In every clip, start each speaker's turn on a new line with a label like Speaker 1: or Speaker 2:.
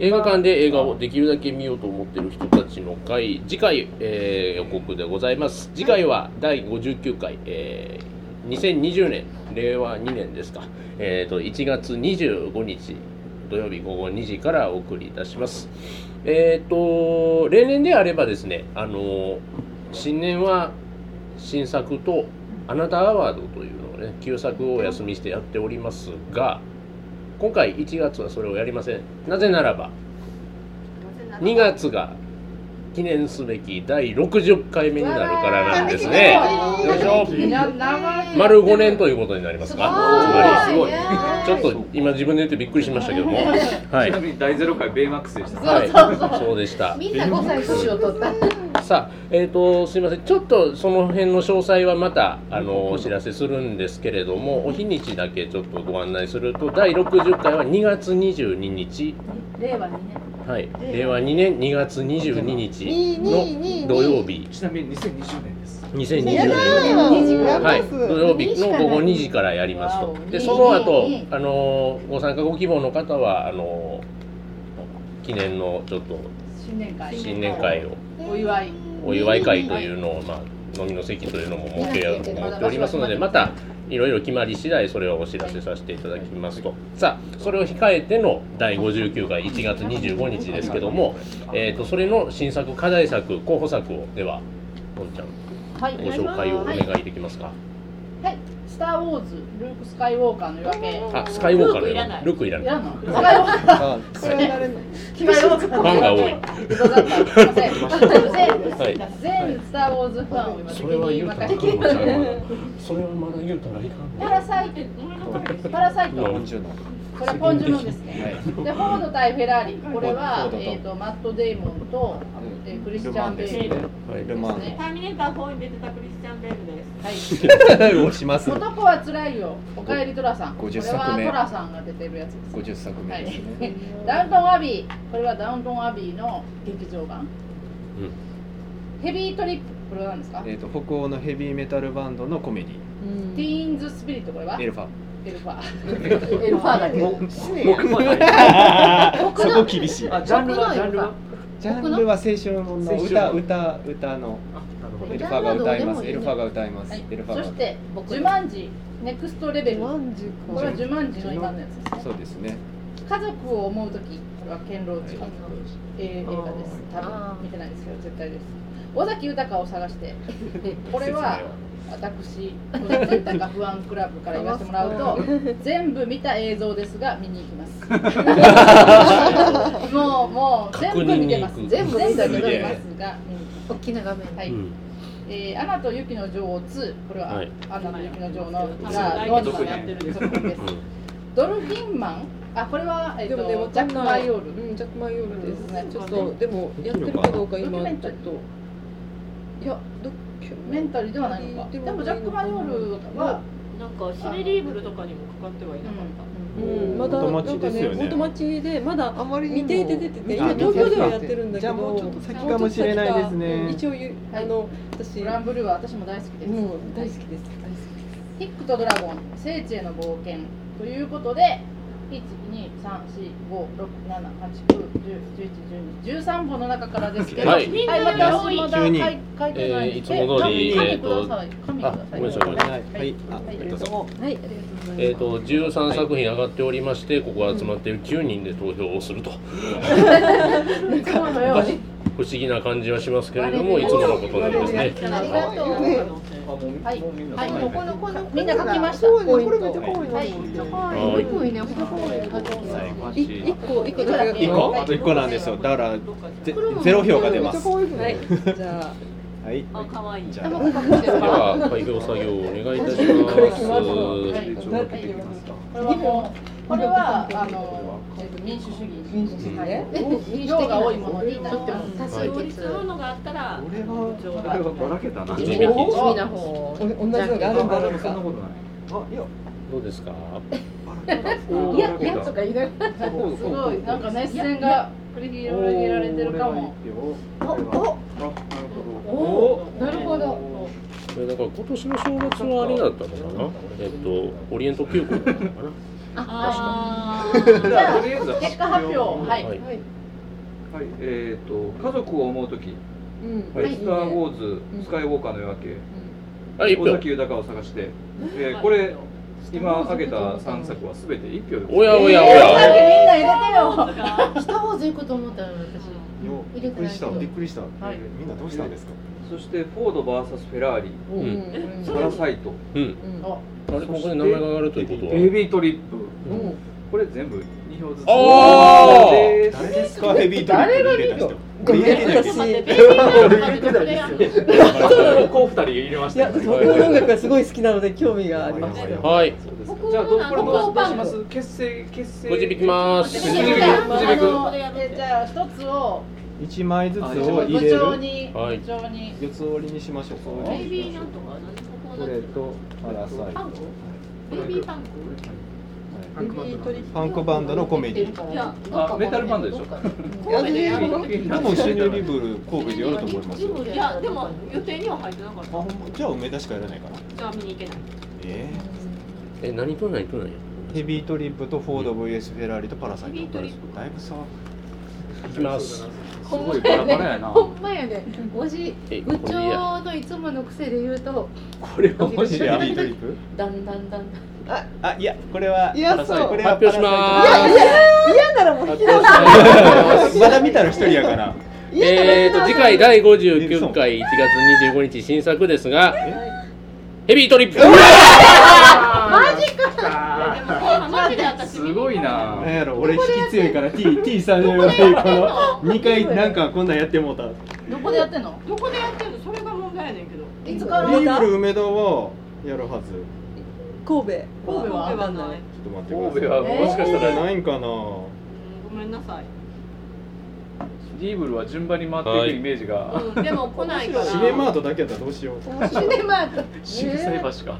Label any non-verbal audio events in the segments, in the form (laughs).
Speaker 1: 映画館で映画をできるだけ見ようと思ってる人たちの会次回、えー予告でございます次回は第59回、えー2020年令和2年ですか、えー、と1月25日土曜日午後2時からお送りいたしますえっ、と例年であればですねあのー新年は新作とあなたアワードというのをね旧作をお休みしてやっておりますが今回1月はそれをやりませんなぜならば2月が記念すべき第60回目になるからなんですねよいしょ丸5年ということになりますかつ
Speaker 2: すご
Speaker 1: ま
Speaker 2: い
Speaker 1: りちょっと今自分で言ってびっくりしました (laughs) けどもは
Speaker 3: ち
Speaker 1: い
Speaker 3: なみに第ゼロ回ベイマックスでした。
Speaker 1: はいそうでした
Speaker 2: みんな5歳年を取った。
Speaker 1: さあ、えー、とすいませんちょっとその辺の詳細はまたあのお知らせするんですけれどもお日にちだけちょっとご案内すると第60回は2月22日、
Speaker 2: 令和にね。
Speaker 1: はい、令和2年2月22日の土曜日
Speaker 3: ちなみに2020年です。
Speaker 1: 2020
Speaker 4: や
Speaker 1: 年
Speaker 4: ばいよ
Speaker 1: はい、土曜日の午後2時からやります
Speaker 2: わ
Speaker 1: と。
Speaker 2: お
Speaker 1: で、その後
Speaker 2: いいね、
Speaker 1: あのーご参加ご希望の方は、あのー記念のちょっと
Speaker 2: 新年会。
Speaker 1: 新年会を、
Speaker 2: お祝い。
Speaker 1: お祝い会というのを、まあ、飲みの席というのも設けようと思っておりますので、また、いろいろ決まり次第、それをお知らせさせていただきますと。さあ、それを控えての第59回、1月25日ですけども、えっと、それの新作、課題作、候補作を、では、のんちゃん、
Speaker 2: はい、
Speaker 1: ご紹介をお
Speaker 2: は
Speaker 1: 願
Speaker 2: い。
Speaker 1: いできますか。
Speaker 2: スター・ウォーズ、ルーク・スカイウォーカーの夜明
Speaker 1: あ、スカイウォーカーのようなルークいら
Speaker 2: け。い
Speaker 1: な
Speaker 2: ら
Speaker 1: い。
Speaker 2: んのスカイウォーカー
Speaker 1: (laughs)
Speaker 2: 決まりま
Speaker 1: ファンが多い。はい
Speaker 2: 全全スター・ウォーズファンを今
Speaker 1: それは言うたらあかんのちゃうかなそれはまだ言うたらい
Speaker 2: パ
Speaker 1: か
Speaker 2: ラサイト、パラサイト、こ
Speaker 3: 40の。
Speaker 2: れポンジュノンですね。で、フォード対フェラーリ、これは、えっと、マット・デイモンと、えークリスチャン・ベイルで
Speaker 1: はい
Speaker 3: ル
Speaker 2: す
Speaker 3: マン
Speaker 2: ね。
Speaker 5: ターミネーター4に出てたクリスチャン・ベールです。
Speaker 2: はい。
Speaker 4: 押します
Speaker 2: 男はつらいよ、おかえりトラさん。これ
Speaker 3: 50
Speaker 2: は
Speaker 3: 作目
Speaker 2: トラさんが出てるやつで
Speaker 3: 50
Speaker 2: す。
Speaker 3: 作
Speaker 2: は
Speaker 3: 目
Speaker 2: い (laughs)
Speaker 3: ですね。、
Speaker 2: ダウントンアビー、これはダウントンアビーの劇場版。ヘビートリップ、これは何ですか、
Speaker 3: えっと北欧のヘビーメタルバンドのコメデ
Speaker 2: ティーンズスピリット、これは
Speaker 3: ィエ
Speaker 2: エ
Speaker 3: ルファ。
Speaker 2: ルファー。エルファーだけど。
Speaker 3: 僕もない。
Speaker 2: 僕の
Speaker 4: 厳しい
Speaker 3: あジャンルは
Speaker 2: 僕の
Speaker 3: ジャンルは。ジャンルは青春もの
Speaker 4: 青春
Speaker 3: 歌歌歌のエルファーが歌います。エ
Speaker 2: ジャ
Speaker 3: ルファ
Speaker 2: ンル
Speaker 3: ー
Speaker 2: は
Speaker 3: が歌います
Speaker 2: は。い
Speaker 3: エルファー
Speaker 2: そ
Speaker 3: が
Speaker 2: し
Speaker 3: 歌い
Speaker 2: て、ジュマンジ、ネクストレベル。これはジュマンジの今のやつで
Speaker 3: ますす。そ
Speaker 2: ね。
Speaker 3: うですね。
Speaker 2: 家族を思うとき、これは堅牢地。えー映画です。多
Speaker 5: あ
Speaker 2: 分見てないですけど、絶対です。尾崎豊を探
Speaker 1: (laughs)
Speaker 2: して。これは。私、小田切高不安クラブから言わせてもら
Speaker 1: (laughs)
Speaker 2: うと、全部見た映像ですが、見に行きます。もう、もう、全部見てま
Speaker 1: 確認
Speaker 2: す。
Speaker 1: に行
Speaker 2: 全
Speaker 1: く
Speaker 2: 部見たけど、
Speaker 4: す
Speaker 2: 見ます
Speaker 4: げえ
Speaker 2: が、見に行きます
Speaker 6: 大きな画面
Speaker 2: は
Speaker 1: ら
Speaker 2: い、
Speaker 1: うん
Speaker 2: えーアナと雪の女王2、これは、
Speaker 1: はい
Speaker 2: アナと雪の女王の、
Speaker 5: うん
Speaker 2: が、ローズマンがやってる作品です。ドルフィンマン、あ、これは、えっ、
Speaker 6: でもね
Speaker 2: と、
Speaker 6: わ
Speaker 2: ジャッ
Speaker 6: か
Speaker 2: ク・
Speaker 6: んない
Speaker 2: バイオール。
Speaker 6: うんジャックマイオールですねちょっ
Speaker 5: う
Speaker 6: とでもやってるかどうか今ちょっといやドキュ
Speaker 2: メ
Speaker 6: メ
Speaker 2: ン
Speaker 6: ン
Speaker 2: タリーではないのか。でも、ジャック・バイオールは、
Speaker 5: なんかシネリーブルとかにもかかってはいなかった。
Speaker 6: うんまだ
Speaker 7: 元
Speaker 6: なん
Speaker 7: 町
Speaker 6: か
Speaker 7: です
Speaker 6: ね
Speaker 7: よね
Speaker 6: 元町でまだ
Speaker 4: あまり
Speaker 6: 未定で出てて
Speaker 4: あ
Speaker 6: 今東京ではやってるんだけど
Speaker 3: じゃあもうちょっと先かもしれないですね
Speaker 6: もうちょっと先か一応あの私
Speaker 2: グランブルーは私も大好きです。
Speaker 6: もう大好きです大
Speaker 2: ヒ
Speaker 6: 好き
Speaker 2: ックとドラゴン、聖地への冒険ということで、1、2、3、4、5、6、7、8、9、10、11、12、13本の中からですけど、
Speaker 1: はい
Speaker 2: また私まだ書い
Speaker 3: 急
Speaker 2: 書いてない
Speaker 1: えーいつも通り
Speaker 2: 紙紙ください。紙くだ
Speaker 1: あ
Speaker 2: さ
Speaker 1: ご
Speaker 2: い。
Speaker 1: めんなさいごめんなさ
Speaker 3: はいい。はい。あ、
Speaker 2: はい
Speaker 3: えっと
Speaker 6: ですはいありがとうございます
Speaker 1: えー、と13作品上がっておりましてここ集まっている9人で投票をすると
Speaker 2: いつものように。
Speaker 1: 不思議な感じはしますけれどもいつものことなんですね
Speaker 2: ありがと
Speaker 3: あ
Speaker 2: う。
Speaker 3: もう
Speaker 2: はい
Speaker 3: もうみんな
Speaker 2: はい
Speaker 3: はい
Speaker 2: もうこのこのみんな書きました。
Speaker 4: そうねこれめっちゃ可愛いな
Speaker 2: はい。
Speaker 1: はい
Speaker 6: ごいね面
Speaker 3: 最後はい
Speaker 6: 一個一個だけ
Speaker 3: 一個あと一個なんですよ。だからゼゼロ票が出ます。は
Speaker 6: はいじゃあ
Speaker 3: い。
Speaker 5: あ、可愛い。
Speaker 3: じゃあ
Speaker 1: では開票作業をお願いいたし
Speaker 6: これ決まるの
Speaker 1: ま
Speaker 2: はい
Speaker 1: す
Speaker 2: これはもうこれはあのえっと民主主義。民主
Speaker 1: 主義
Speaker 2: ね。量が多いものにとっても。
Speaker 6: 多
Speaker 1: 数
Speaker 5: 独立するのがあったら、
Speaker 3: 俺は俺はばらけたな。あ
Speaker 1: 地引き
Speaker 2: 味な
Speaker 6: 方
Speaker 4: 同じのがあるんだろう
Speaker 3: そんな
Speaker 4: か
Speaker 3: ことない。あいや
Speaker 1: どうですか
Speaker 3: おー
Speaker 2: いやいやとか言いながらす
Speaker 3: そうそう
Speaker 2: ごいなんか熱戦が繰り広げられてるかも。
Speaker 3: おお
Speaker 2: おなるほど。
Speaker 1: これだから今年の正月はあれだったのかなえっとオリエント急行だったのかな
Speaker 5: あ
Speaker 2: じ
Speaker 5: ー
Speaker 2: ゃあ
Speaker 7: とりあえず
Speaker 2: 結果発表はい、
Speaker 1: はい
Speaker 6: はい。
Speaker 7: はい、えっ、と家族を思うとき、
Speaker 6: うん。
Speaker 7: はい、スター・ウォーズ、
Speaker 6: ん
Speaker 7: スカイウォーカーの夜明け、
Speaker 1: はい、一
Speaker 7: 尾
Speaker 1: 票。
Speaker 7: 崎豊を探して、えー
Speaker 5: ー
Speaker 7: これ今挙げた三作はすべて一票です。
Speaker 1: おやお
Speaker 2: え
Speaker 1: やお
Speaker 2: ー、さっ
Speaker 1: や。
Speaker 2: きみんな入れてよ
Speaker 5: あ
Speaker 8: 下方行くと思ったの私
Speaker 4: びっくりしたびっくりした、
Speaker 2: い
Speaker 4: みんなどうしたんですか
Speaker 7: そしてフォード VS フェラーリ、
Speaker 1: う
Speaker 6: うん
Speaker 1: ん。
Speaker 6: うん
Speaker 7: パラサイト、
Speaker 1: うん。あれここで名前が上がるということは。
Speaker 7: ベイビートリップ、
Speaker 6: うん
Speaker 7: これ全部二票ずつ。
Speaker 1: あー
Speaker 7: です
Speaker 4: 誰ですかヘビートリップに入れた人
Speaker 6: ごめん、
Speaker 5: ー
Speaker 6: 私。
Speaker 5: 待ってベイビ
Speaker 6: い
Speaker 5: ーブルーだってこれやん
Speaker 7: こう二人入れました
Speaker 6: や、
Speaker 7: ね。
Speaker 6: 僕の音楽がすごい好きなので、興味がありました。
Speaker 1: はい。
Speaker 7: そうです
Speaker 5: こ
Speaker 7: か
Speaker 5: こ
Speaker 7: じゃあどう
Speaker 5: なん
Speaker 7: こ
Speaker 5: か
Speaker 7: れど
Speaker 5: こ
Speaker 7: う
Speaker 5: こ
Speaker 7: どうします？結成結成。
Speaker 1: くじ引きます
Speaker 7: くじ引きくじ引く
Speaker 2: あのえじゃあ一つを
Speaker 4: 一枚ず
Speaker 7: 一
Speaker 4: つを
Speaker 7: 枚
Speaker 4: 入
Speaker 2: 部
Speaker 4: れ
Speaker 2: 長
Speaker 4: る
Speaker 2: に、
Speaker 1: はい
Speaker 2: 部長に
Speaker 4: 四つ折りにしましょうか
Speaker 7: 四つ
Speaker 5: ベ
Speaker 7: 折
Speaker 5: イ
Speaker 7: り
Speaker 5: ビーなんとか何こ
Speaker 4: こ
Speaker 5: こだ
Speaker 4: れ
Speaker 5: っけ
Speaker 4: とパラサイ
Speaker 5: パ
Speaker 4: ト
Speaker 5: ンクベイビーパンク
Speaker 4: はいパンクバンドのコメディ
Speaker 5: いや
Speaker 7: あメタルバンドでしょ。
Speaker 5: 神戸でやるの
Speaker 4: 多分シネリブル神戸でやると思いますよ
Speaker 5: いやでも予定には入ってなかっ
Speaker 4: あほんまじゃあ梅田しかやらないかな
Speaker 5: たじゃあ見に行けない
Speaker 4: え
Speaker 1: え、何と何と何や。
Speaker 4: ー、ヘビートリップとフォード VS フェラーリとパラサイト
Speaker 5: ヘビートリップ
Speaker 4: だいぶ差は
Speaker 1: 引きます。
Speaker 7: すごいバラバラやな。
Speaker 8: ほんまやねおじ
Speaker 1: え、
Speaker 8: 部
Speaker 1: これいいや。
Speaker 8: 長のいつもの癖で言うと
Speaker 4: これはもしヘビ
Speaker 8: ヘ
Speaker 4: ー
Speaker 8: ビー
Speaker 4: ト
Speaker 8: ト
Speaker 4: リ
Speaker 8: リ
Speaker 4: ップ
Speaker 8: だんだんだんだん
Speaker 4: あいやこれはい
Speaker 6: や
Speaker 4: パラサイ
Speaker 6: そう
Speaker 4: これ
Speaker 1: 発
Speaker 4: は
Speaker 1: 表しま
Speaker 4: パラサイト
Speaker 1: ーす。
Speaker 6: 嫌ならもう引
Speaker 1: 発
Speaker 6: き出
Speaker 1: 表
Speaker 6: す
Speaker 1: し。ま
Speaker 4: まだ見たら一人やから
Speaker 1: す。えーと、次回第59回1月25日新作ですが、ヘビートリップ。
Speaker 7: マジ
Speaker 5: で
Speaker 7: か。
Speaker 5: も今マジで私
Speaker 7: すごいな。
Speaker 4: なんやろ俺引き強いから T, T さんのようにこの2回なんかこんなんやってもうた
Speaker 2: どこでやってんの
Speaker 5: どこでやってんのそれが問題やねんけど
Speaker 2: いつから
Speaker 4: ビーブル梅田はやるはずち
Speaker 6: 神戸。
Speaker 2: 神戸は
Speaker 5: 神戸はな
Speaker 4: ょ
Speaker 5: い
Speaker 4: っと待ってください
Speaker 7: 神戸はもしかしたら
Speaker 4: ないんかな
Speaker 5: うんごめんなさい
Speaker 7: リーブルは順番に回っていくイメージが。
Speaker 5: うんでも来ないから
Speaker 4: シネマートだけやったらどうしよう
Speaker 2: シネマート
Speaker 7: 渋沢橋か。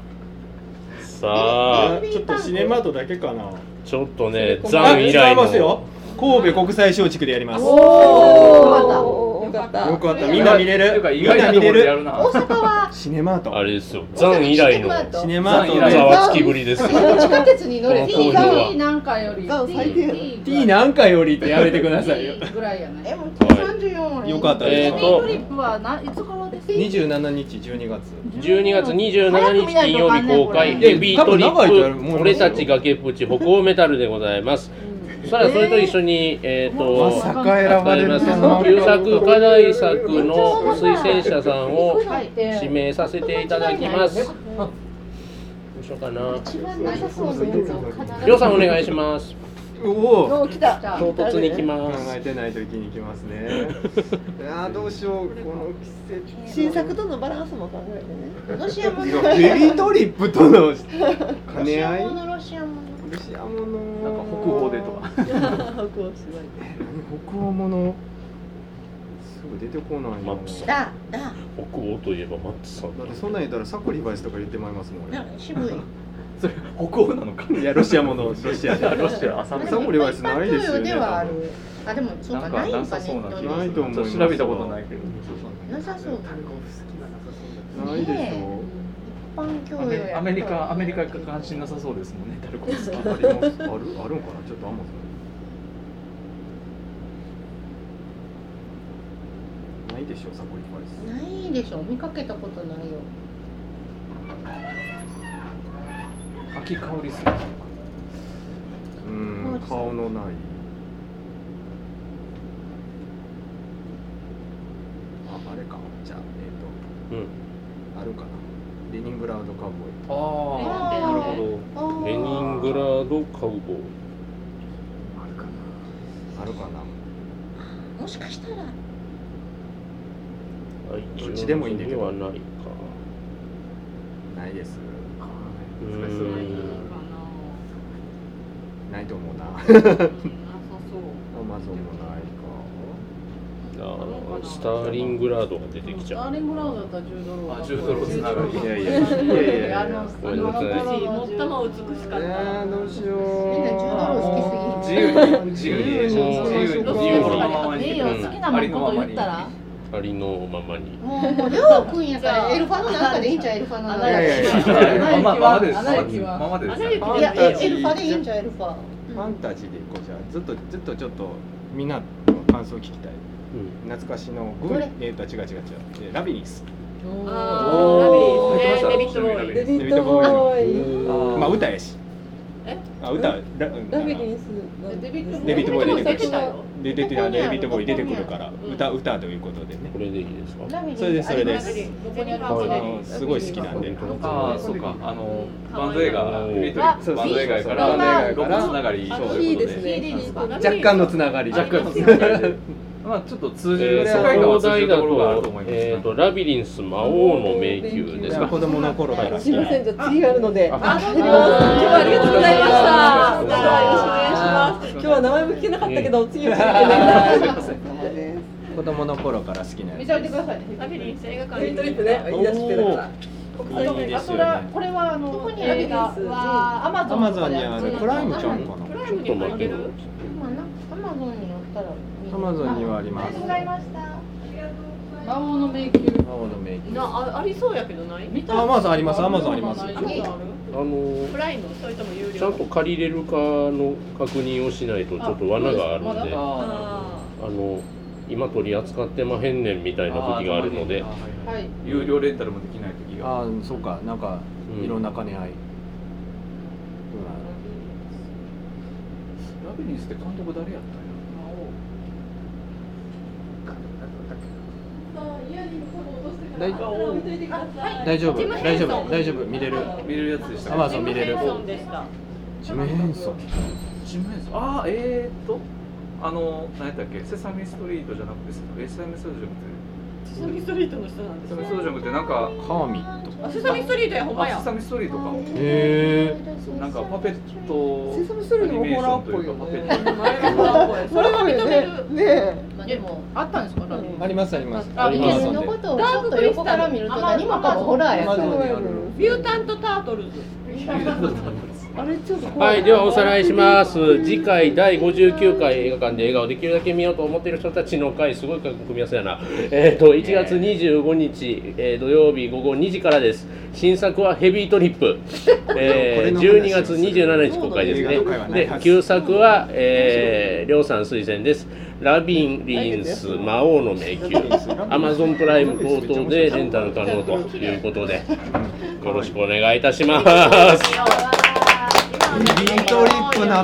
Speaker 1: さあ、
Speaker 4: ちょっとシネマートだけかな
Speaker 1: ちょっとね、
Speaker 4: あ
Speaker 1: ザン以来
Speaker 4: 違いますよ
Speaker 1: の。
Speaker 4: 神戸国際松竹でやりますよ
Speaker 6: おお、よかった。よ
Speaker 4: かったみんな見れ
Speaker 7: てい
Speaker 4: る
Speaker 7: うか
Speaker 4: み
Speaker 7: 意
Speaker 4: んな
Speaker 7: 外な
Speaker 4: 見
Speaker 7: ところ
Speaker 4: れ
Speaker 7: でやる
Speaker 4: る
Speaker 7: な。
Speaker 4: シネマート
Speaker 1: あれですよ。ザン以来の
Speaker 4: シネマート
Speaker 7: ザン
Speaker 1: ざ
Speaker 7: 以来
Speaker 4: で
Speaker 1: わつきぶり (laughs) ですよ。
Speaker 6: 地下鉄に乗
Speaker 1: こ
Speaker 6: れ。
Speaker 1: の当時は
Speaker 2: T なんかより
Speaker 6: そう最低やな
Speaker 4: T なんかよりってやめてくださ (laughs) いよ
Speaker 2: T ぐらいやね
Speaker 6: もう
Speaker 2: 34
Speaker 4: よかった
Speaker 1: えー
Speaker 4: で
Speaker 2: ヘ
Speaker 4: す
Speaker 2: ビー
Speaker 1: と
Speaker 2: トリップはないつからですか
Speaker 4: 27日12月
Speaker 1: 12月27日金曜日公開
Speaker 2: え
Speaker 1: ヘビートリ
Speaker 4: 多分長いとやる
Speaker 1: ッ
Speaker 4: もん
Speaker 1: プ
Speaker 4: ね
Speaker 1: 俺たち崖っぷち歩行メタルでございますさらそれと一緒にえっ、
Speaker 2: ま
Speaker 1: と
Speaker 2: さか
Speaker 1: 扱います旧作課題作の推薦者さんを
Speaker 2: はい
Speaker 1: 指名させていただきますどうしようかな
Speaker 8: 一番なさそうなやつを必ず
Speaker 1: りょうさんお願いします
Speaker 4: うお
Speaker 6: お来た。
Speaker 1: 唐突に来
Speaker 4: 考
Speaker 1: ます
Speaker 4: えてない時に来ます (laughs) ねあーどうしようこの季節
Speaker 6: 新作とのバランスも考えてね。
Speaker 8: ロシアも
Speaker 4: い
Speaker 8: の
Speaker 4: やベビートリップとの兼ね合い
Speaker 8: ものロシアもの
Speaker 4: ロシアもの
Speaker 7: なんか北欧でとか。
Speaker 6: 北欧芝
Speaker 4: 何北欧ものすぐ出てこない
Speaker 1: マ
Speaker 4: な
Speaker 1: ップさん
Speaker 4: だ
Speaker 8: だだ
Speaker 1: 北欧といえばマッツさん
Speaker 4: ってそんなん言ったらサコリバイスとか言ってまいりますもん
Speaker 8: な
Speaker 4: ね
Speaker 8: 渋い
Speaker 7: それ北欧なのか。
Speaker 4: いやロシアものロシアじゃ
Speaker 7: ロシア朝
Speaker 4: サコリバイスないですよね
Speaker 8: ではあるあでもそうかない
Speaker 7: なんさ
Speaker 8: か
Speaker 7: そう
Speaker 8: ね
Speaker 7: な
Speaker 8: ど
Speaker 7: 気
Speaker 8: れ
Speaker 7: が
Speaker 8: も
Speaker 7: する
Speaker 4: ないと思います
Speaker 7: ちょっ調べたことないけど
Speaker 8: なさそうな
Speaker 4: ないでしょ
Speaker 8: 一般
Speaker 7: ア
Speaker 8: 教養
Speaker 7: メ
Speaker 8: や
Speaker 7: アメリカアメリカが関心なさそうですもんねタルコフスキ
Speaker 4: あ
Speaker 7: ー
Speaker 4: りますあるあるんかなちょっとアマゾンないでしょサコリバイス
Speaker 8: ないでしょ見かけたことないよ
Speaker 7: 秋香りする
Speaker 4: うん顔のないああれかじゃあえ
Speaker 1: うん
Speaker 4: っ、とあるかなレニングラードカウボーイ
Speaker 7: あ
Speaker 8: ー
Speaker 7: なるほど
Speaker 8: あ
Speaker 1: レニングラードカウボーイ
Speaker 4: あるかなあるかな
Speaker 8: もしかしたら
Speaker 1: はい
Speaker 4: どっちでもいいんだけど
Speaker 1: はないか
Speaker 4: ないです
Speaker 1: う
Speaker 5: う
Speaker 1: ーん
Speaker 4: ないと思うなア
Speaker 5: なさそ
Speaker 4: マ
Speaker 5: う
Speaker 4: ゾンもない
Speaker 1: あースターリングラードが出てきち
Speaker 2: ダ
Speaker 1: ゃう
Speaker 2: ーリングラウドだったら10ドル
Speaker 7: あ10ドルつながり
Speaker 4: いやい
Speaker 2: や
Speaker 4: や
Speaker 2: い
Speaker 4: い
Speaker 2: やいや
Speaker 4: やいや
Speaker 2: い
Speaker 4: い
Speaker 2: や
Speaker 4: や
Speaker 2: あの
Speaker 1: ごめんなさい
Speaker 5: 最も美しか
Speaker 4: かえ
Speaker 5: った
Speaker 4: ー、どうし
Speaker 8: みんな
Speaker 4: よ
Speaker 8: 10
Speaker 4: う
Speaker 7: 自由に自由に
Speaker 1: そう
Speaker 7: 自由に
Speaker 1: そう
Speaker 7: 自由に自由に
Speaker 2: ねえよ好きなもんこと言ったら
Speaker 7: あ
Speaker 1: ありのままに
Speaker 8: もうもうりょうくんやからエルファの中でいいんちゃうエルファの
Speaker 2: い
Speaker 8: 中
Speaker 2: やい
Speaker 8: で
Speaker 2: やいや
Speaker 7: まあまあまあです。
Speaker 2: アナ雪は
Speaker 7: まあまあです。
Speaker 5: アナ雪はい
Speaker 8: や
Speaker 5: え
Speaker 8: エルファでいいんちゃうエルファ
Speaker 4: ファンタジーでいこうじゃんずっとずっとちょっとみんなの感想聞きたい懐かしのグ
Speaker 8: ど
Speaker 4: ー
Speaker 8: れ
Speaker 4: えっ、と違う違う違うえーラビリンス
Speaker 5: あ
Speaker 7: おー
Speaker 5: ーラビリンスねデビッドボー
Speaker 6: デ
Speaker 5: イ
Speaker 6: ビッドボーイ。
Speaker 4: まあ歌やし
Speaker 5: え
Speaker 4: あ歌ラうん
Speaker 6: ラビリンス
Speaker 2: デビッドボーイ
Speaker 4: デビッドボーイ出て
Speaker 5: 出て
Speaker 4: く
Speaker 5: た
Speaker 4: る
Speaker 5: よ
Speaker 4: で出てあのデビッドボーイ出てくるから
Speaker 5: うん
Speaker 4: 歌歌ということでね
Speaker 1: これでいいですか
Speaker 8: ラビリン
Speaker 4: それですそれです
Speaker 2: どこにある
Speaker 4: あ
Speaker 2: か
Speaker 5: そうだ
Speaker 4: のすごい好きなんで
Speaker 7: ああ、そうか。あのバンド映画、
Speaker 1: うん
Speaker 7: ビートルズ
Speaker 4: そうそう
Speaker 7: バンド映画やから、
Speaker 4: バンド映画や
Speaker 7: ロ
Speaker 4: か
Speaker 7: ッ
Speaker 4: ら
Speaker 7: クつながり
Speaker 5: あ
Speaker 7: と
Speaker 5: の
Speaker 7: い
Speaker 6: いうい
Speaker 7: こ
Speaker 6: で
Speaker 7: と
Speaker 6: す
Speaker 7: で。
Speaker 6: ね
Speaker 4: 若干のつながり
Speaker 5: 若干のつ
Speaker 7: つながりでまあちょっと通じる
Speaker 1: えー
Speaker 7: 世界観
Speaker 1: 東
Speaker 7: は
Speaker 1: 京
Speaker 7: 通じ
Speaker 1: 大
Speaker 7: るところがあ
Speaker 1: だ
Speaker 7: ると
Speaker 1: と
Speaker 7: 思います
Speaker 1: えっ
Speaker 7: ね。
Speaker 1: とラビリンス魔王の迷宮ですか
Speaker 4: 子供の頃から
Speaker 6: すいません、じゃあ次があるので。
Speaker 7: あ
Speaker 6: 失礼します今日はありがとうございま
Speaker 5: ありがとうございました
Speaker 6: した。今日は名前も聞けなかったけど、次は聞けない。
Speaker 4: 子供の頃から好きな
Speaker 2: 見て
Speaker 4: や
Speaker 2: おいてくださいね
Speaker 5: ラビリンス映画
Speaker 6: ト
Speaker 5: 館
Speaker 6: リトリップね、言い出しっぺだから。
Speaker 4: ついい
Speaker 2: あ
Speaker 4: です
Speaker 2: そ
Speaker 4: よ
Speaker 2: れは
Speaker 4: ね
Speaker 2: これはあのどこ
Speaker 8: に
Speaker 2: あ
Speaker 8: あ
Speaker 2: る
Speaker 8: る
Speaker 2: か
Speaker 8: か
Speaker 2: はアマゾ
Speaker 4: ア
Speaker 2: ン
Speaker 4: マゾンにあるプライムちゃんか
Speaker 5: プ
Speaker 4: な
Speaker 5: ライ
Speaker 1: ちょっと
Speaker 5: ムにも
Speaker 1: 待
Speaker 5: 行
Speaker 1: って
Speaker 5: ける
Speaker 1: よ
Speaker 8: 今なアマゾンに寄ったら見れ
Speaker 4: ア
Speaker 8: る
Speaker 4: マゾンにはあります
Speaker 2: ました魔王の迷宮
Speaker 4: 魔王の迷宮
Speaker 5: なあありそうやけどない
Speaker 2: 見
Speaker 4: あアマゾンありますアマゾンあります
Speaker 2: アマゾンある
Speaker 1: あのー
Speaker 5: プライムそれとも有料
Speaker 1: ちゃんと借りれるかの確認をしないとちょっと罠があるんであ
Speaker 5: あ
Speaker 1: の今取り扱ってまへんねんみたいな時があるので
Speaker 2: はい
Speaker 7: 有料レンタルもできない時が。
Speaker 4: ああそうかなんか
Speaker 1: うん
Speaker 4: いろんな金合い、
Speaker 7: ラビリンスって監督誰やったんや。
Speaker 4: 大大丈夫大丈夫大丈夫見れる
Speaker 7: 見れるやつでした
Speaker 4: アマゾン見れる
Speaker 5: ジムヘンソンでした
Speaker 4: ジムヘンソン
Speaker 7: ジムヘンソンああえー、っとあの何やったっけセサミストリートじゃなくてえセサミストリートじゃなくて
Speaker 5: セサミストリートの人なんで
Speaker 7: セ
Speaker 5: す
Speaker 7: サミ
Speaker 5: ね
Speaker 7: ストリートじゃなくてなんか
Speaker 4: カーミット
Speaker 5: あセサミストリートやほんま
Speaker 7: あ
Speaker 5: や
Speaker 7: セサミストリートか
Speaker 4: へ
Speaker 7: そうなんかパペット
Speaker 6: セサミストリート
Speaker 7: ア
Speaker 6: も
Speaker 7: ニ
Speaker 6: ホ
Speaker 7: メーショ
Speaker 6: ラ
Speaker 7: ン
Speaker 6: ー
Speaker 7: と
Speaker 6: っぽ
Speaker 7: い
Speaker 6: いうよ
Speaker 7: かパペ
Speaker 5: (laughs)
Speaker 6: ね。
Speaker 7: ット
Speaker 5: 前がホラーっぽいそれは認める
Speaker 6: ねえ。
Speaker 8: まあでも
Speaker 2: あったんですかラビリン
Speaker 4: ありますあります
Speaker 2: あ
Speaker 4: ア
Speaker 8: イ
Speaker 4: マ
Speaker 8: ケ
Speaker 4: ゾ
Speaker 8: メン
Speaker 4: ン
Speaker 8: の
Speaker 4: で
Speaker 8: ことをちょっと横から見ると何もかもホラーや
Speaker 4: アマ
Speaker 8: か
Speaker 4: ゾン
Speaker 8: ら
Speaker 4: にある
Speaker 5: ミュータント・タートルズ
Speaker 6: あれちょっと怖
Speaker 1: はい、ではおさらいします。次回第59回映画館で映画をできるだけ見ようと思っている人たちの会、すごい組み合わせやな。えっ、と、1月25日、えー土曜日午後2時からです。新作はヘビートリッ (laughs) プ。えー、12月27日公開ですね。で、旧作は、えー、りょうさん推薦です。ラビリンス魔王の迷宮。アマゾンプライム等々でレンタル可能ということで、よろしくお願いいたします。
Speaker 4: ビートリップな